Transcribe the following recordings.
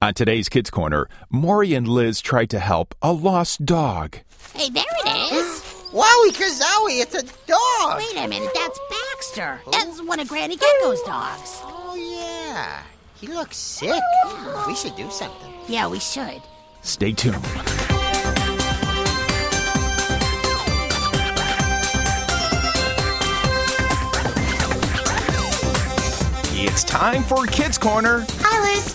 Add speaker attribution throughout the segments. Speaker 1: On today's Kids Corner, Maury and Liz tried to help a lost dog.
Speaker 2: Hey, there it is.
Speaker 3: Wowie Kazowie, it's a dog!
Speaker 2: Wait a minute, that's Baxter. That's one of Granny Gecko's dogs.
Speaker 3: Oh, yeah. He looks sick. Hmm, We should do something.
Speaker 2: Yeah, we should.
Speaker 1: Stay tuned. It's time for Kids Corner
Speaker 2: Hi, Liz.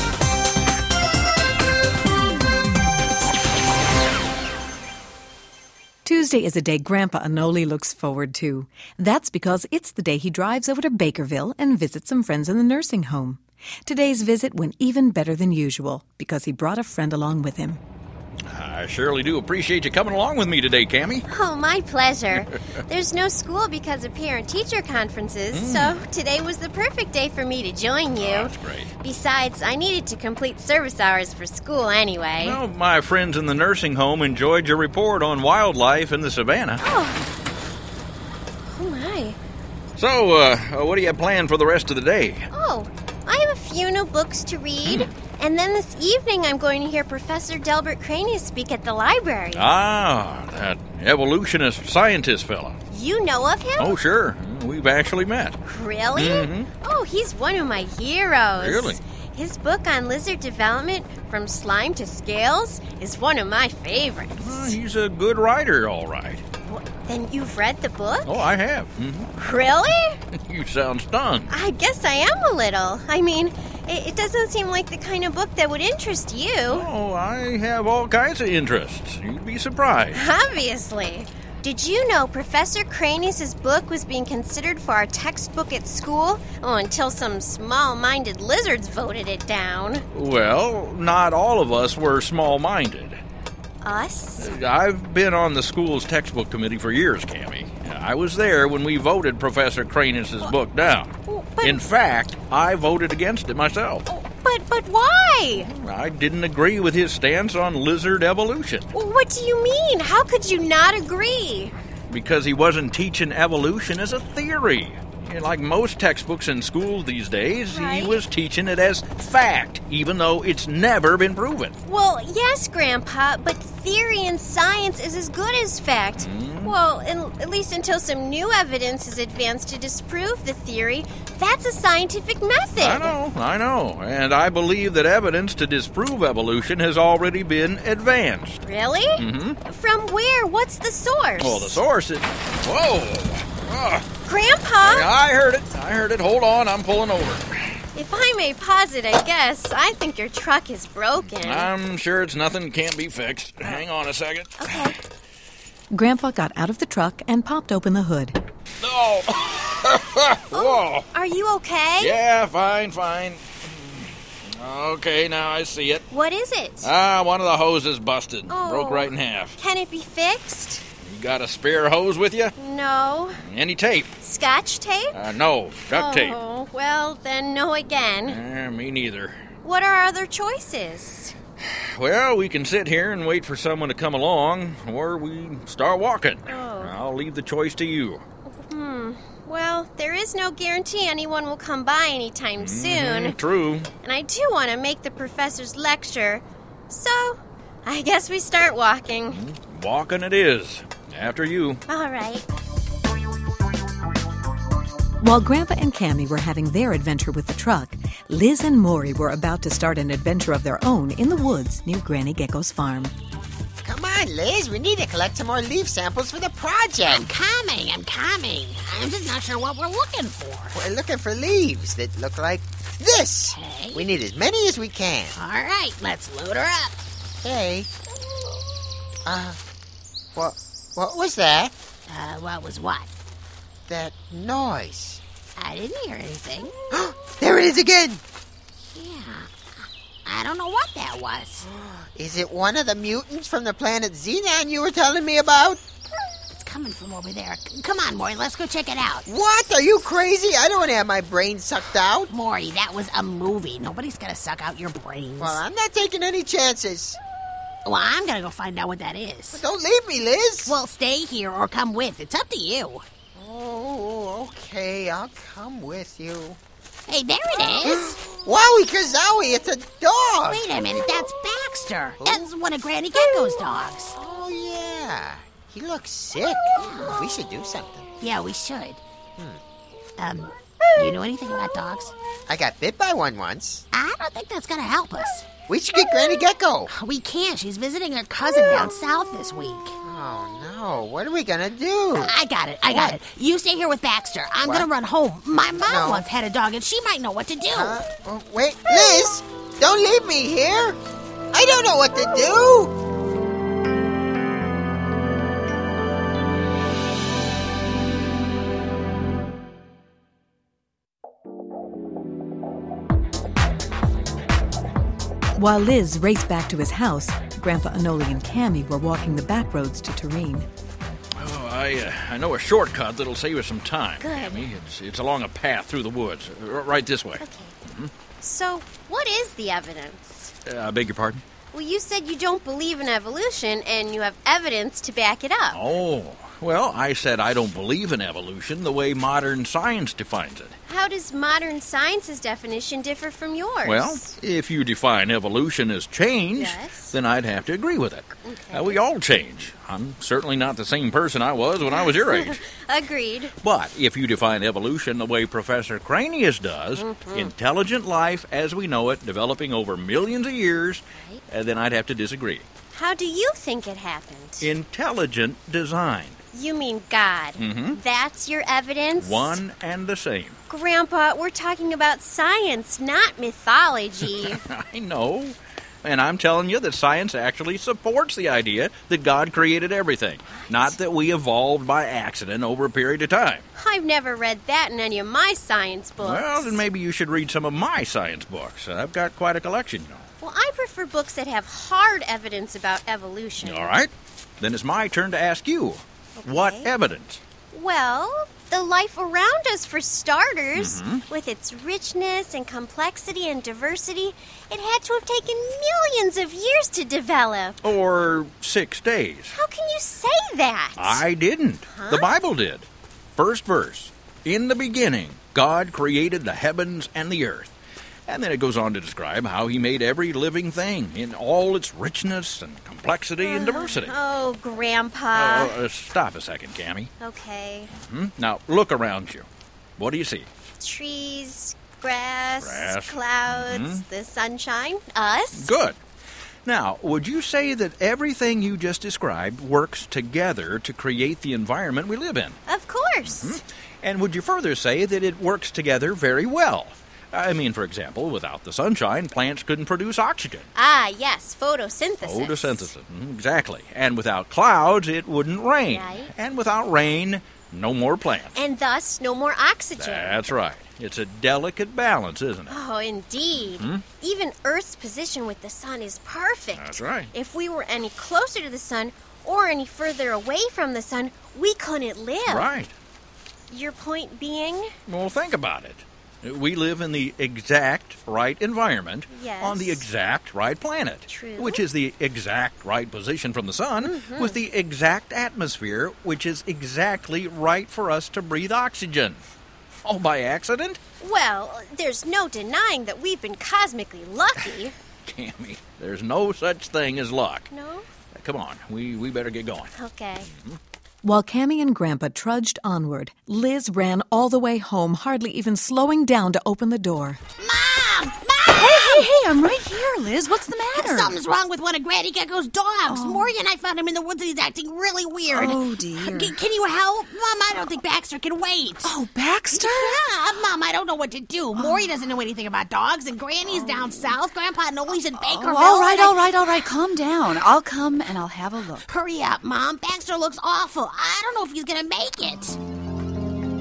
Speaker 4: Tuesday is a day Grandpa Anoli looks forward to. That's because it's the day he drives over to Bakerville and visits some friends in the nursing home. Today's visit went even better than usual because he brought a friend along with him.
Speaker 5: I surely do appreciate you coming along with me today, Cammy.
Speaker 6: Oh, my pleasure. There's no school because of parent teacher conferences, so today was the perfect day for me to join you.
Speaker 5: Hmm. Oh, That's great.
Speaker 6: Besides, I needed to complete service hours for school anyway.
Speaker 5: Well, my friends in the nursing home enjoyed your report on wildlife in the savannah.
Speaker 6: Oh, my.
Speaker 5: So, uh, what do you plan for the rest of the day?
Speaker 6: Oh, I have a few new books to read.
Speaker 5: Hmm.
Speaker 6: And then this evening, I'm going to hear Professor Delbert Craney speak at the library.
Speaker 5: Ah, that evolutionist scientist fella.
Speaker 6: You know of him?
Speaker 5: Oh, sure. We've actually met.
Speaker 6: Really? Oh, he's one of my heroes.
Speaker 5: Really?
Speaker 6: His book on lizard development, From Slime to Scales, is one of my favorites.
Speaker 5: Well, Uh, He's a good writer, all right.
Speaker 6: Wh- Then you've read the book?
Speaker 5: Oh, I have. Mhm.
Speaker 6: Really?
Speaker 5: You sound stung.
Speaker 6: I guess I am a little. I mean, it, it doesn't seem like the kind of book that would interest you,
Speaker 5: Oh, I have all kinds of interests. You'd be surprised.
Speaker 6: obviously. Did you know Professor Cranius' book was being considered for our textbook at school? Oh, until some small minded lizards voted it down.
Speaker 5: Well, not all of us were small minded.
Speaker 6: Us?
Speaker 5: I've been on the school's textbook committee for years, Cammy. I was there when we voted Professor Cranus' book down.
Speaker 6: Oh. but- Oh.
Speaker 5: In fact, I voted against it myself.
Speaker 6: But but why?
Speaker 5: I didn't agree with his stance on lizard evolution
Speaker 6: What do you mean? How could you not agree?
Speaker 5: because he wasn't teaching evolution as a theory. And Like most textbooks in school these days,
Speaker 6: Right.
Speaker 5: he was teaching it as fact, even though it's never been proven.
Speaker 6: Well, yes, Grandpa, but theory in science is as good as fact.
Speaker 5: Hmm?
Speaker 6: Well, in, at least until some new evidence is advanced to disprove the theory, that's a scientific method.
Speaker 5: I know, I know. And I believe that evidence to disprove evolution has already been advanced.
Speaker 6: Really? From where? What's the source?
Speaker 5: Mm-hmm. Well, the source is. Whoa! Ah,
Speaker 6: Grandpa,
Speaker 5: I heard it. I heard it. Hold on, I'm pulling over.
Speaker 6: if I may posit, I guess I think your truck is broken.
Speaker 5: I'm sure it's nothing can't be fixed. Hang on a second.
Speaker 6: okay.
Speaker 4: Grandpa got out of the truck and popped open the hood.
Speaker 5: No.
Speaker 6: Oh.
Speaker 5: Whoa.
Speaker 6: Are you okay?
Speaker 5: Yeah, fine, fine. Okay, now I see it.
Speaker 6: What is it?
Speaker 5: Ah, one of the hoses busted.
Speaker 6: Oh.
Speaker 5: Broke right in half.
Speaker 6: Can it be fixed?
Speaker 5: You got a spare hose with you?
Speaker 6: No.
Speaker 5: Any tape?
Speaker 6: Scotch tape?
Speaker 5: Uh, no, duct tape.
Speaker 6: Oh, well, then no again.
Speaker 5: Eh, me neither.
Speaker 6: What are our other choices?
Speaker 5: Well, we can sit here and wait for someone to come along, or we start walking.
Speaker 6: Oh.
Speaker 5: I'll leave the choice to you.
Speaker 6: Well, there is no guarantee anyone will come by anytime
Speaker 5: Mm-hmm.
Speaker 6: soon,
Speaker 5: True.
Speaker 6: and I do want to make the professor's lecture. So, I guess we start walking.
Speaker 5: Mm-hmm. Walking it is. After you.
Speaker 6: All right.
Speaker 4: While Grandpa and Cammy were having their adventure with the truck, Liz and Maury were about to start an adventure of their own in the woods near Granny Gecko's farm.
Speaker 3: Come on, Liz, we need to collect some more leaf samples for the
Speaker 2: I'm
Speaker 3: project.
Speaker 2: coming, I'm coming. I'm just not sure what we're looking for.
Speaker 3: We're looking for leaves that look like this.
Speaker 2: Okay.
Speaker 3: We need as many as we can.
Speaker 2: All right, let's load her up.
Speaker 3: Hey. Uh, what, what was that?
Speaker 2: Uh, what was what?
Speaker 3: That noise.
Speaker 2: I didn't hear anything.
Speaker 3: there it is again!
Speaker 2: Yeah. I don't know what that was.
Speaker 3: Is it one of the mutants from the planet Xenon you were telling me about?
Speaker 2: It's coming from over there. C- Come on, Maury, let's go check it out.
Speaker 3: What? Are you crazy? I don't want to have my brain sucked out.
Speaker 2: Maury, that was a movie. Nobody's gonna suck out your brains.
Speaker 3: Well, I'm not taking any chances.
Speaker 2: Well, I'm gonna go find out what that is.
Speaker 3: Don't leave me, Liz.
Speaker 2: Well, stay here or come with. It's up to you.
Speaker 3: Oh, okay. I'll come with you.
Speaker 2: Hey, there it is.
Speaker 3: Wowie Kazowie, it's a dog.
Speaker 2: Wait a minute, that's Baxter. That's one of Granny Gecko's dogs.
Speaker 3: Oh, yeah. He looks sick. We should do something.
Speaker 2: Yeah, we should. Um, you know anything about dogs?
Speaker 3: I got bit by one once.
Speaker 2: I don't think that's gonna help us.
Speaker 3: We should get Granny Gecko.
Speaker 2: We can't. She's visiting her cousin down south this week.
Speaker 3: Oh, no. What are we going to do?
Speaker 2: I got it. I got it. You stay here with Baxter. I'm gonna run home. My mom
Speaker 3: No.
Speaker 2: once had a dog, and she might know what to do.
Speaker 3: Uh, oh, wait, Liz, don't leave me here. I don't know what to do.
Speaker 4: While Liz raced back to his house, Grandpa Anoli and Cammy were walking the back roads to Tureen.
Speaker 5: Oh, I, uh, I know a shortcut that'll save us some time. Good. It's, it's along a path through the woods, Uh, r- right this way.
Speaker 6: So, what is the evidence?
Speaker 5: Uh, I beg your pardon?
Speaker 6: Well, you said you don't believe in evolution and you have evidence to back it up.
Speaker 5: Oh, well, I said I don't believe in evolution the way modern science defines it.
Speaker 6: How does modern science's definition differ from yours?
Speaker 5: Well, if you define evolution as change,
Speaker 6: Yes.
Speaker 5: then I'd have to agree with it. Uh, we all change. I'm certainly not the same person I was when I was your age.
Speaker 6: Agreed.
Speaker 5: But if you define evolution the way Professor Cranius does, intelligent life as we know it, developing over millions of years, uh, then I'd have to disagree.
Speaker 6: How do you think it happened?
Speaker 5: Intelligent design,
Speaker 6: you mean God. Mm-hmm. That's your evidence?
Speaker 5: one and the same.
Speaker 6: Grandpa, we're talking about science, not mythology.
Speaker 5: I know. And I'm telling you that science actually supports the idea that God created everything, not that we evolved by accident over a period of time.
Speaker 6: I've never read that in any of my science books.
Speaker 5: Well, then maybe you should read some of my science books. Uh, I've got quite a collection, you know.
Speaker 6: Well, I prefer books that have hard evidence about evolution.
Speaker 5: All right. Then it's my turn to ask you what evidence?
Speaker 6: Well, the life around us, for starters,
Speaker 5: Mm-hmm.
Speaker 6: with its richness and complexity and diversity, it had to have taken millions of years to develop.
Speaker 5: Or six days?
Speaker 6: How can you say that?
Speaker 5: I didn't. The Bible did. First verse In the beginning, God created the heavens and the earth. And then it goes on to describe how he made every living thing in all its richness and complexity and diversity.
Speaker 6: Oh,
Speaker 5: Uh,
Speaker 6: Grandpa.
Speaker 5: uh, stop a second, Cammy.
Speaker 6: okay.
Speaker 5: Hmm? Now, look around you. What do you see?
Speaker 6: Trees, grass,
Speaker 5: Grass. Mm-hmm.
Speaker 6: clouds, the sunshine, us.
Speaker 5: Good. Now, would you say that everything you just described works together to create the environment we live in?
Speaker 6: Of course.
Speaker 5: And would you further say that it works together very well? I mean, for example, without the sunshine, plants couldn't produce oxygen.
Speaker 6: Ah, yes, photosynthesis.
Speaker 5: Photosynthesis, mm, exactly. And without clouds, it wouldn't rain.
Speaker 6: Right.
Speaker 5: And without rain, no more plants.
Speaker 6: And thus, no more oxygen.
Speaker 5: That's right. It's a delicate balance, isn't it?
Speaker 6: Oh, indeed.
Speaker 5: Mm-hmm.
Speaker 6: Even Earth's position with the sun is perfect.
Speaker 5: That's right.
Speaker 6: If we were any closer to the sun or any further away from the sun, we couldn't live.
Speaker 5: Right.
Speaker 6: Your point being?
Speaker 5: Well, think about it. We live in the exact right environment
Speaker 6: Yes.
Speaker 5: on the exact right planet,
Speaker 6: True. Mm-hmm.
Speaker 5: which is the exact right position from the sun, with the exact atmosphere, which is exactly right for us to breathe oxygen. All by accident?
Speaker 6: Well, there's no denying that we've been cosmically lucky.
Speaker 5: Cammy, there's no such thing as luck.
Speaker 6: no?
Speaker 5: Come on, we, we better get going.
Speaker 6: Okay.
Speaker 4: While Cammy and Grandpa trudged onward, Liz ran all the way home, hardly even slowing down to open the door.
Speaker 2: Mom! Mom!
Speaker 4: hey, hey, I'm right here, Liz. What's the matter?
Speaker 2: Something's wrong with one of Granny Gecko's dogs. Maury and I found him in the woods and he's acting really weird.
Speaker 4: Oh, dear.
Speaker 2: C- can you help? Mom, I don't think Baxter can wait.
Speaker 4: Oh, Baxter?
Speaker 2: Ah, Mom, I don't know what to do. Maury doesn't know anything about dogs, and Granny's down south. Grandpa Nolly's in Bakerville.
Speaker 7: Oh, all right,
Speaker 2: and I-
Speaker 7: all right, all right. Calm down. I'll come and I'll have a look.
Speaker 2: Hurry up, Mom. Baxter looks awful. I don't know if he's gonna make it.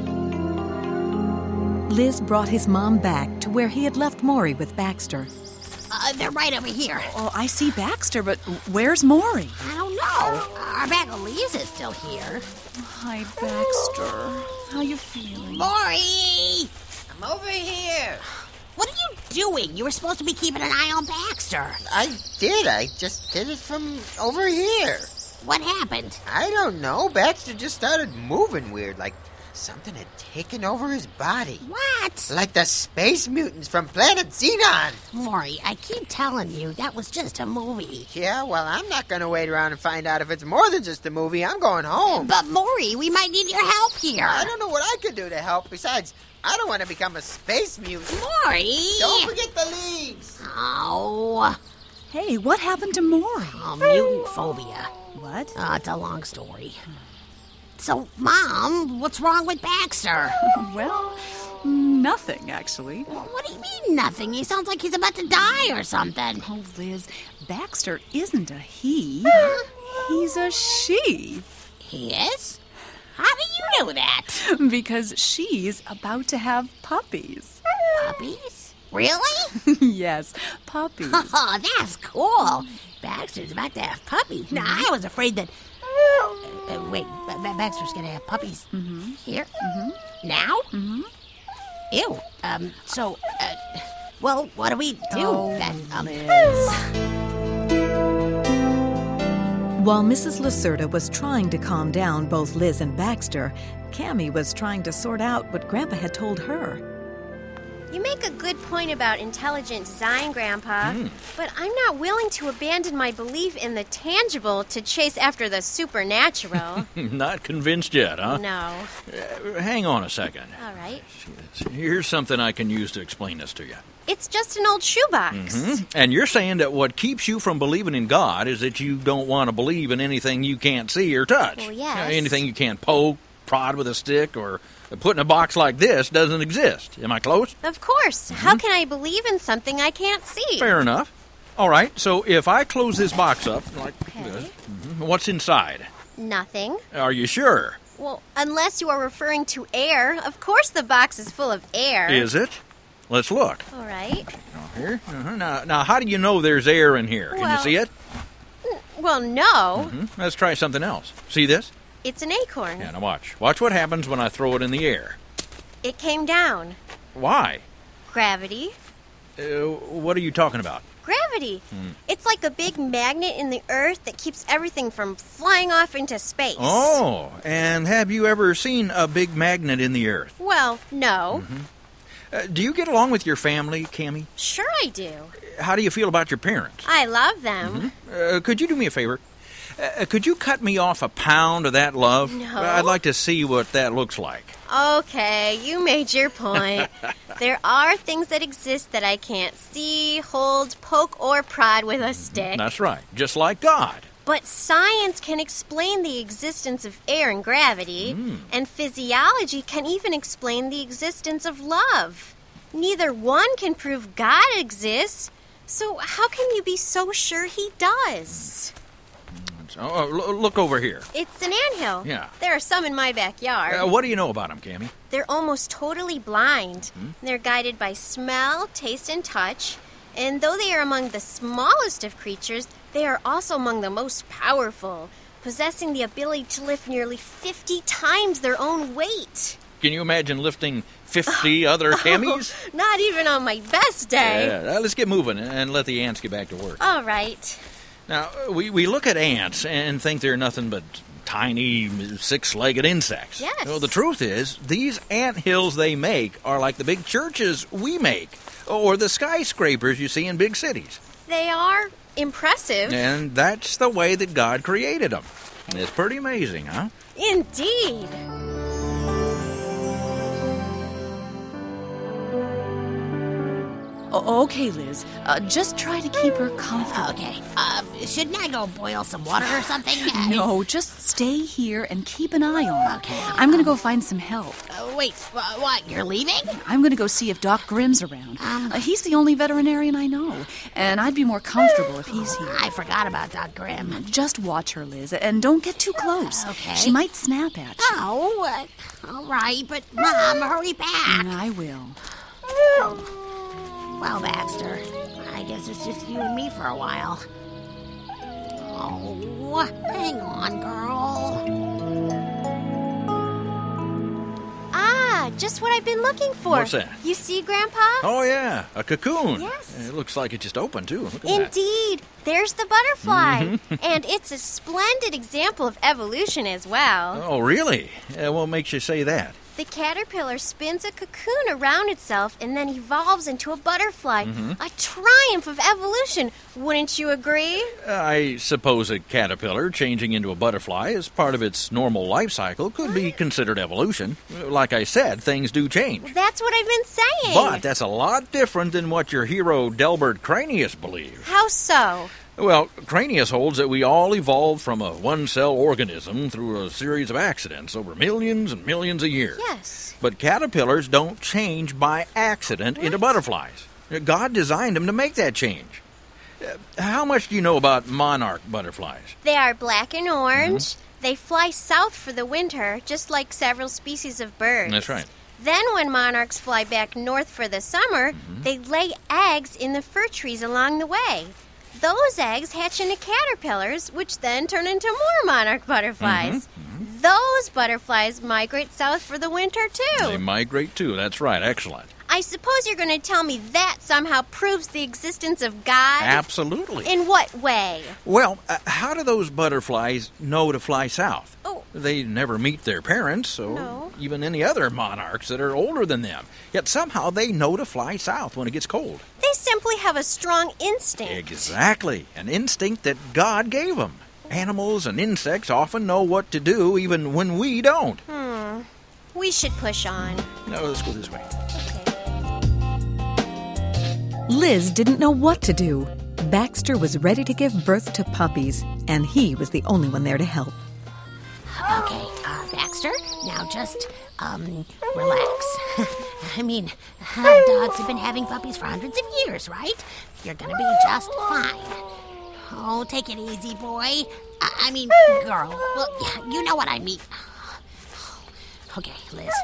Speaker 4: Liz brought his mom back to where he had left Maury with Baxter.
Speaker 2: Uh, they're right over here.
Speaker 7: Oh, I see Baxter, but where's Maury?
Speaker 2: I don't No, our bag of leaves is still here.
Speaker 7: Hi, Baxter. How you feeling?
Speaker 2: Maury!
Speaker 3: I'm over here.
Speaker 2: What are you doing? You were supposed to be keeping an eye on Baxter.
Speaker 3: I did. I just did it from over here.
Speaker 2: What happened?
Speaker 3: I don't know. Baxter just started moving weird, like something had taken over his body.
Speaker 2: What?
Speaker 3: Like the space mutants from planet Xenon.
Speaker 2: Maury, I keep telling you, that was just a movie.
Speaker 3: Yeah, well, I'm not going to wait around and find out if it's more than just a movie. I'm going home.
Speaker 2: But Maury, we might need your help here.
Speaker 3: I don't know what I could do to help. Besides, I don't want to become a space mutant.
Speaker 2: Maury!
Speaker 3: Don't forget the leaves.
Speaker 2: Oh,
Speaker 7: Hey, what happened to Maury?
Speaker 2: oh, mutant phobia.
Speaker 7: What?
Speaker 2: Oh, it's a long story. So, Mom, what's wrong with Baxter?
Speaker 7: Well, nothing, actually.
Speaker 2: What do you mean nothing? He sounds like he's about to die or something.
Speaker 7: Oh, Liz, Baxter isn't a he. He's a she.
Speaker 2: He is? How do you know that?
Speaker 7: Because she's about to have puppies.
Speaker 2: Puppies? Really?
Speaker 7: yes, puppies.
Speaker 2: Oh, that's cool. Baxter's about to have puppies. Now, I was afraid that. Uh, uh, wait, Ba- Ba- Baxter's gonna have puppies here? Now? Ew. Um, so, uh, well, what do we do then? Um,
Speaker 4: While Mrs. Lacerda was trying to calm down both Liz and Baxter, Cammy was trying to sort out what Grandpa had told her.
Speaker 6: You make a good point about intelligent design, Grandpa,
Speaker 5: Hmm.
Speaker 6: but I'm not willing to abandon my belief in the tangible to chase after the supernatural.
Speaker 5: Not convinced yet, huh?
Speaker 6: no.
Speaker 5: Uh, hang on a second.
Speaker 6: All right.
Speaker 5: Here's something I can use to explain this to you.
Speaker 6: It's just an old shoebox.
Speaker 5: And you're saying that what keeps you from believing in God is that you don't want to believe in anything you can't see or touch.
Speaker 6: Well, yes.
Speaker 5: You know, anything you can't poke, prod with a stick, or put in a box like this doesn't exist. Am I close?
Speaker 6: Of course. How can I believe in something I can't see?
Speaker 5: Mm-hmm. Fair enough. All right, so if I close this box up like this,
Speaker 6: Okay.
Speaker 5: mhm, what's inside?
Speaker 6: Nothing.
Speaker 5: Are you sure?
Speaker 6: Well, unless you are referring to air. Of course, the box is full of air.
Speaker 5: Is it? Let's look.
Speaker 6: All right.
Speaker 5: Here. uh Now, now, how do you know there's air in here? Can you
Speaker 6: Well-
Speaker 5: see it?
Speaker 6: Well, no.
Speaker 5: Hmm? Let's try something else. See this?
Speaker 6: It's an acorn.
Speaker 5: Yeah, now watch. Watch what happens when I throw it in the air.
Speaker 6: It came down.
Speaker 5: Why?
Speaker 6: Gravity.
Speaker 5: Uh, what are you talking about?
Speaker 6: Gravity. It's like a big magnet in the earth that keeps everything from flying off into space.
Speaker 5: Oh, and have you ever seen a big magnet in the earth?
Speaker 6: Well, no.
Speaker 5: Uh, do you get along with your family, Cammy?
Speaker 6: Sure, I do.
Speaker 5: How do you feel about your parents?
Speaker 6: I love them.
Speaker 5: Uh, could you do me a favor? Uh, could you cut me off a pound of that love?
Speaker 6: No.
Speaker 5: I'd like to see what that looks like.
Speaker 6: Okay, you made your point. there are things that exist that I can't see, hold, poke, or prod with a stick.
Speaker 5: That's right, just like God.
Speaker 6: But science can explain the existence of air and gravity,
Speaker 5: Hmm.
Speaker 6: and physiology can even explain the existence of love. Neither one can prove God exists, so how can you be so sure he does?
Speaker 5: So, uh, lo- look over here.
Speaker 6: It's an anthill.
Speaker 5: Yeah.
Speaker 6: There are some in my backyard.
Speaker 5: Uh, what do you know about them, Cammy?
Speaker 6: They're almost totally blind.
Speaker 5: Hmm?
Speaker 6: They're guided by smell, taste, and touch. And though they are among the smallest of creatures, they are also among the most powerful, possessing the ability to lift nearly 50 times their own weight.
Speaker 5: Can you imagine lifting 50 other Cammies?
Speaker 6: Not even on my best day.
Speaker 5: Yeah, uh, let's get moving and let the ants get back to work.
Speaker 6: All right.
Speaker 5: Now, we, we look at ants and think they're nothing but tiny six legged insects.
Speaker 6: Yes.
Speaker 5: Well, the truth is, these ant hills they make are like the big churches we make or the skyscrapers you see in big cities.
Speaker 6: They are impressive.
Speaker 5: And that's the way that God created them. It's pretty amazing, huh?
Speaker 6: Indeed.
Speaker 7: O- okay, Liz. Uh, just try to keep her comfortable.
Speaker 2: okay. Um, shouldn't I go boil some water or something? Uh,
Speaker 7: No, just stay here and keep an eye on her.
Speaker 2: Okay.
Speaker 7: I'm going to go find some help.
Speaker 2: uh, wait, wha- what? You're leaving?
Speaker 7: I'm going to go see if Doc Grimm's around.
Speaker 2: Um.
Speaker 7: Uh, he's the only veterinarian I know, and I'd be more comfortable if he's here.
Speaker 2: I forgot about Doc Grimm.
Speaker 7: Just watch her, Liz, and don't get too close.
Speaker 2: Okay.
Speaker 7: She might snap at you.
Speaker 2: Oh, uh, all right, but Mom, hurry back.
Speaker 7: Mm, I will.
Speaker 2: Well, Baxter, I guess it's just you and me for a while. Oh, hang on, girl.
Speaker 6: Ah, just what I've been looking for.
Speaker 5: What's that?
Speaker 6: You see, Grandpa?
Speaker 5: Oh, yeah, a cocoon.
Speaker 6: Yes.
Speaker 5: It looks like it just opened, too. Look at that.
Speaker 6: Indeed, there's the butterfly.
Speaker 5: Mm-hmm.
Speaker 6: And it's a splendid example of evolution as well.
Speaker 5: Oh, really? Uh, what makes you say that?
Speaker 6: The caterpillar spins a cocoon around itself and then evolves into a butterfly.
Speaker 5: Mm-hmm.
Speaker 6: A triumph of evolution, wouldn't you agree?
Speaker 5: I suppose a caterpillar changing into a butterfly as part of its normal life cycle could be considered evolution. Like I said, things do change.
Speaker 6: That's what I've been saying.
Speaker 5: But that's a lot different than what your hero Delbert Cranius believes.
Speaker 6: How so?
Speaker 5: Well, Cranius holds that we all evolved from a one cell organism through a series of accidents over millions and millions of years.
Speaker 6: Yes.
Speaker 5: But caterpillars don't change by accident into butterflies. God designed them to make that change. Uh, How much do you know about monarch butterflies?
Speaker 6: They are black and orange.
Speaker 5: Mm-hmm.
Speaker 6: They fly south for the winter, just like several species of birds.
Speaker 5: That's right.
Speaker 6: Then, when monarchs fly back north for the summer,
Speaker 5: Mm-hmm.
Speaker 6: they lay eggs in the fir trees along the way. Those eggs hatch into caterpillars, which then turn into more monarch butterflies.
Speaker 5: Mm-hmm.
Speaker 6: Those butterflies migrate south for the winter, too.
Speaker 5: They migrate too. That's right. Excellent.
Speaker 6: I suppose you're going to tell me that somehow proves the existence of God?
Speaker 5: Absolutely.
Speaker 6: In what way?
Speaker 5: well, uh, how do those butterflies know to fly south?
Speaker 6: Oh.
Speaker 5: They never meet their parents or
Speaker 6: No.
Speaker 5: even any other monarchs that are older than them. Yet somehow they know to fly south when it gets cold.
Speaker 6: They simply have a strong instinct.
Speaker 5: Exactly. An instinct that God gave them. Animals and insects often know what to do even when we don't.
Speaker 6: Hmm. We should push on.
Speaker 5: No, let's go this way.
Speaker 4: Liz didn't know what to do. Baxter was ready to give birth to puppies, and he was the only one there to help.
Speaker 2: Okay, uh, Baxter, now just, um, relax. I mean, uh, dogs have been having puppies for hundreds of years, right? You're gonna be just fine. Oh, take it easy, boy. I, I mean, girl. Well, yeah, you know what I mean. Okay, Liz,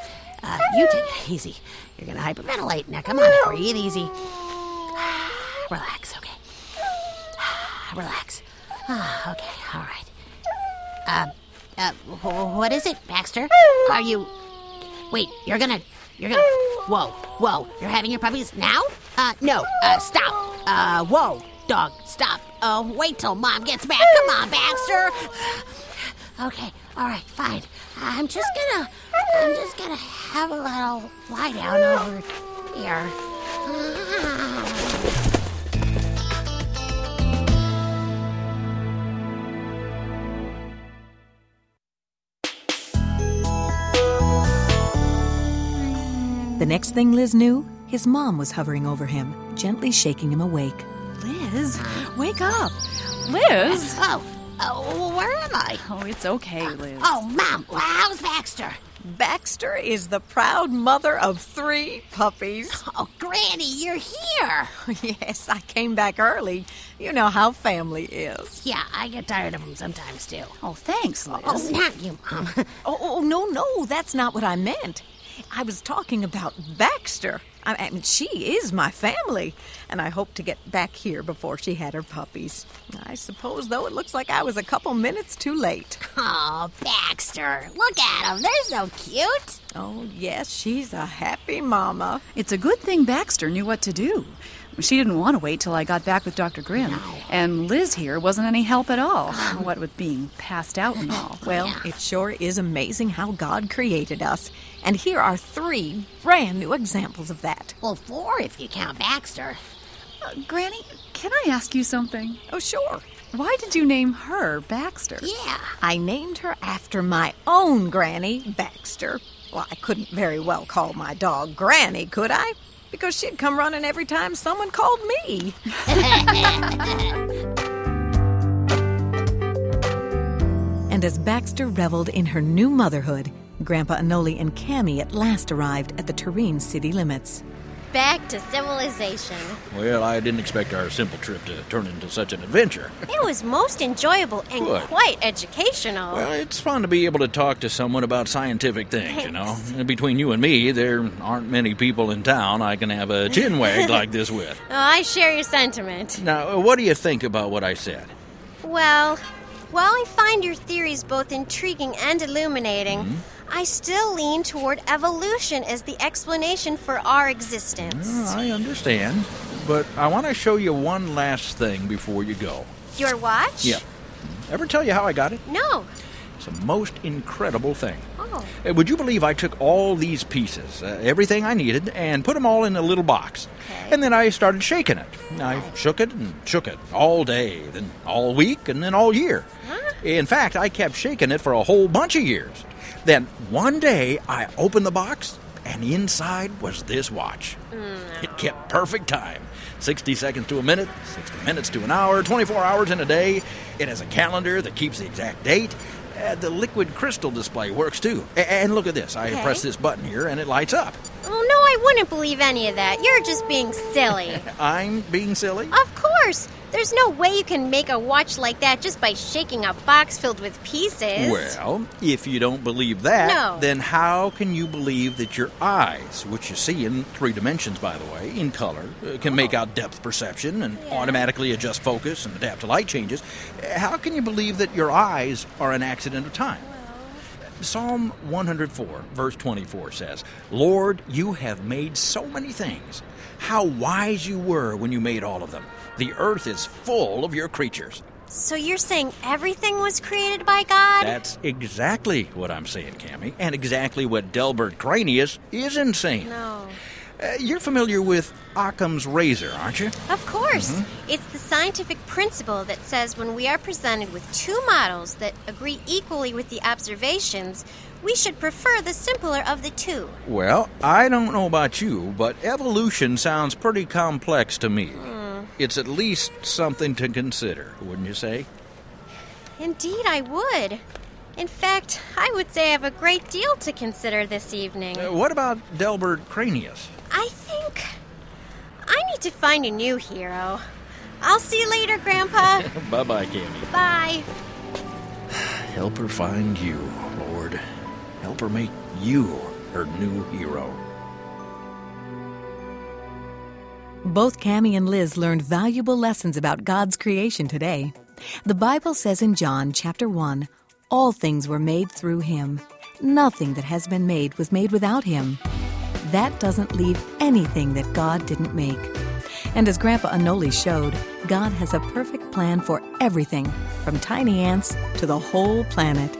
Speaker 2: uh, you take it easy. You're gonna hyperventilate. Now, come on, breathe easy. Relax, okay. Relax. Ah, Okay, all right. Uh, wh- what is it, Baxter? Are you? Wait, you're gonna, you're gonna. Whoa, whoa! You're having your puppies now? Uh, no. Uh, stop. Uh, whoa, dog, stop. Uh, wait till mom gets back. Come on, Baxter. Okay, all right, fine. I'm just gonna, I'm just gonna have a little lie down over here.
Speaker 4: The next thing Liz knew, his mom was hovering over him, gently shaking him awake.
Speaker 7: Liz, wake up. Liz.
Speaker 2: Oh, oh, where am I?
Speaker 7: Oh, it's okay, Liz.
Speaker 2: Oh, mom, how's Baxter?
Speaker 4: Baxter is the proud mother of three puppies.
Speaker 2: Oh, Granny, you're here.
Speaker 4: yes, I came back early. You know how family is.
Speaker 2: Yeah, I get tired of them sometimes too.
Speaker 7: Oh, thanks, Liz.
Speaker 2: Oh, not you, Mom.
Speaker 4: Oh, oh, no, no, that's not what I meant. I was talking about Baxter. I, I mean, she is my family, and I hope to get back here before she had her puppies. I suppose, though, it looks like I was a couple minutes too late.
Speaker 2: Oh, Baxter. Look at them. They're so cute.
Speaker 4: Oh, yes, she's a happy mama.
Speaker 7: It's a good thing Baxter knew what to do. She didn't want to wait till I got back with Dr. Grimm, and Liz here wasn't any help at all, what with being passed out and all.
Speaker 4: Well, it sure is amazing how God created us, and here are three brand new examples of that.
Speaker 2: Well, four if you count Baxter.
Speaker 7: Uh, Granny, can I ask you something?
Speaker 4: Oh, sure.
Speaker 7: Why did you name her Baxter?
Speaker 2: Yeah.
Speaker 4: I named her after my own granny, Baxter. Well, I couldn't very well call my dog Granny, could I? Because she'd come running every time someone called me. and as Baxter reveled in her new motherhood, Grandpa Anoli and Cammy at last arrived at the Turin city limits.
Speaker 6: Back to civilization.
Speaker 5: Well, I didn't expect our simple trip to turn into such an adventure.
Speaker 6: It was most enjoyable and
Speaker 5: Good.
Speaker 6: quite educational.
Speaker 5: Well, it's fun to be able to talk to someone about scientific things, you know. And Between you and me, there aren't many people in town I can have a chin wag like this with.
Speaker 6: Oh, I share your sentiment.
Speaker 5: Now, what do you think about what I said?
Speaker 6: Well, while I find your theories both intriguing and illuminating,
Speaker 5: Mm-hmm.
Speaker 6: I still lean toward evolution as the explanation for our existence.
Speaker 5: I understand, but I want to show you one last thing before you go.
Speaker 6: Your watch?
Speaker 5: Yeah. Ever tell you how I got it?
Speaker 6: No.
Speaker 5: It's the most incredible thing.
Speaker 6: Oh.
Speaker 5: Uh, Would you believe I took all these pieces, uh, everything I needed, and put them all in a little box? And then I started shaking it. I shook it and shook it all day, then all week, and then all year. In fact, I kept shaking it for a whole bunch of years. Then one day I opened the box, and inside was this watch. It kept perfect time 60 seconds to a minute, 60 minutes to an hour, 24 hours in a day. It has a calendar that keeps the exact date. Uh, the liquid crystal display works too. A- and look at this. I
Speaker 6: Okay.
Speaker 5: press this button here and it lights up.
Speaker 6: Oh, no, I wouldn't believe any of that. You're just being silly.
Speaker 5: I'm being silly.
Speaker 6: of course. There's no way you can make a watch like that just by shaking a box filled with pieces.
Speaker 5: Well, if you don't believe that,
Speaker 6: No.
Speaker 5: then how can you believe that your eyes, which you see in three dimensions, by the way, in color, uh, can make out depth perception and automatically adjust focus and adapt to light changes? Uh, How can you believe that your eyes are an accident of time? Psalm 104, verse 24 says, Lord, you have made so many things. How wise you were when you made all of them. The earth is full of your creatures.
Speaker 6: So you're saying everything was created by God?
Speaker 5: That's exactly what I'm saying, Cammy, and exactly what Delbert Cranius is insane.
Speaker 6: no.
Speaker 5: Uh, you're familiar with Occam's razor, aren't you?
Speaker 6: Of course. It's the scientific principle that says when we are presented with two models that agree equally with the observations, we should prefer the simpler of the two.
Speaker 5: Well, I don't know about you, but evolution sounds pretty complex to me. It's at least something to consider, wouldn't you say?
Speaker 6: Indeed, I would. In fact, I would say I have a great deal to consider this evening.
Speaker 5: Uh, what about Delbert Cranius?
Speaker 6: I think I need to find a new hero. I'll see you later, Grandpa.
Speaker 5: bye bye, Cammy.
Speaker 6: Bye.
Speaker 5: Help her find you, Lord. Help her make you her new hero.
Speaker 4: Both Cammy and Liz learned valuable lessons about God's creation today. The Bible says in John chapter 1, all things were made through him. Nothing that has been made was made without him. That doesn't leave anything that God didn't make. And as Grandpa Anoli showed, God has a perfect plan for everything, from tiny ants to the whole planet.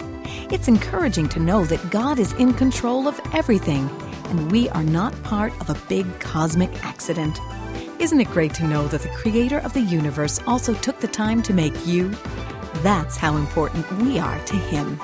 Speaker 4: It's encouraging to know that God is in control of everything, and we are not part of a big cosmic accident. Isn't it great to know that the creator of the universe also took the time to make you? That's how important we are to him.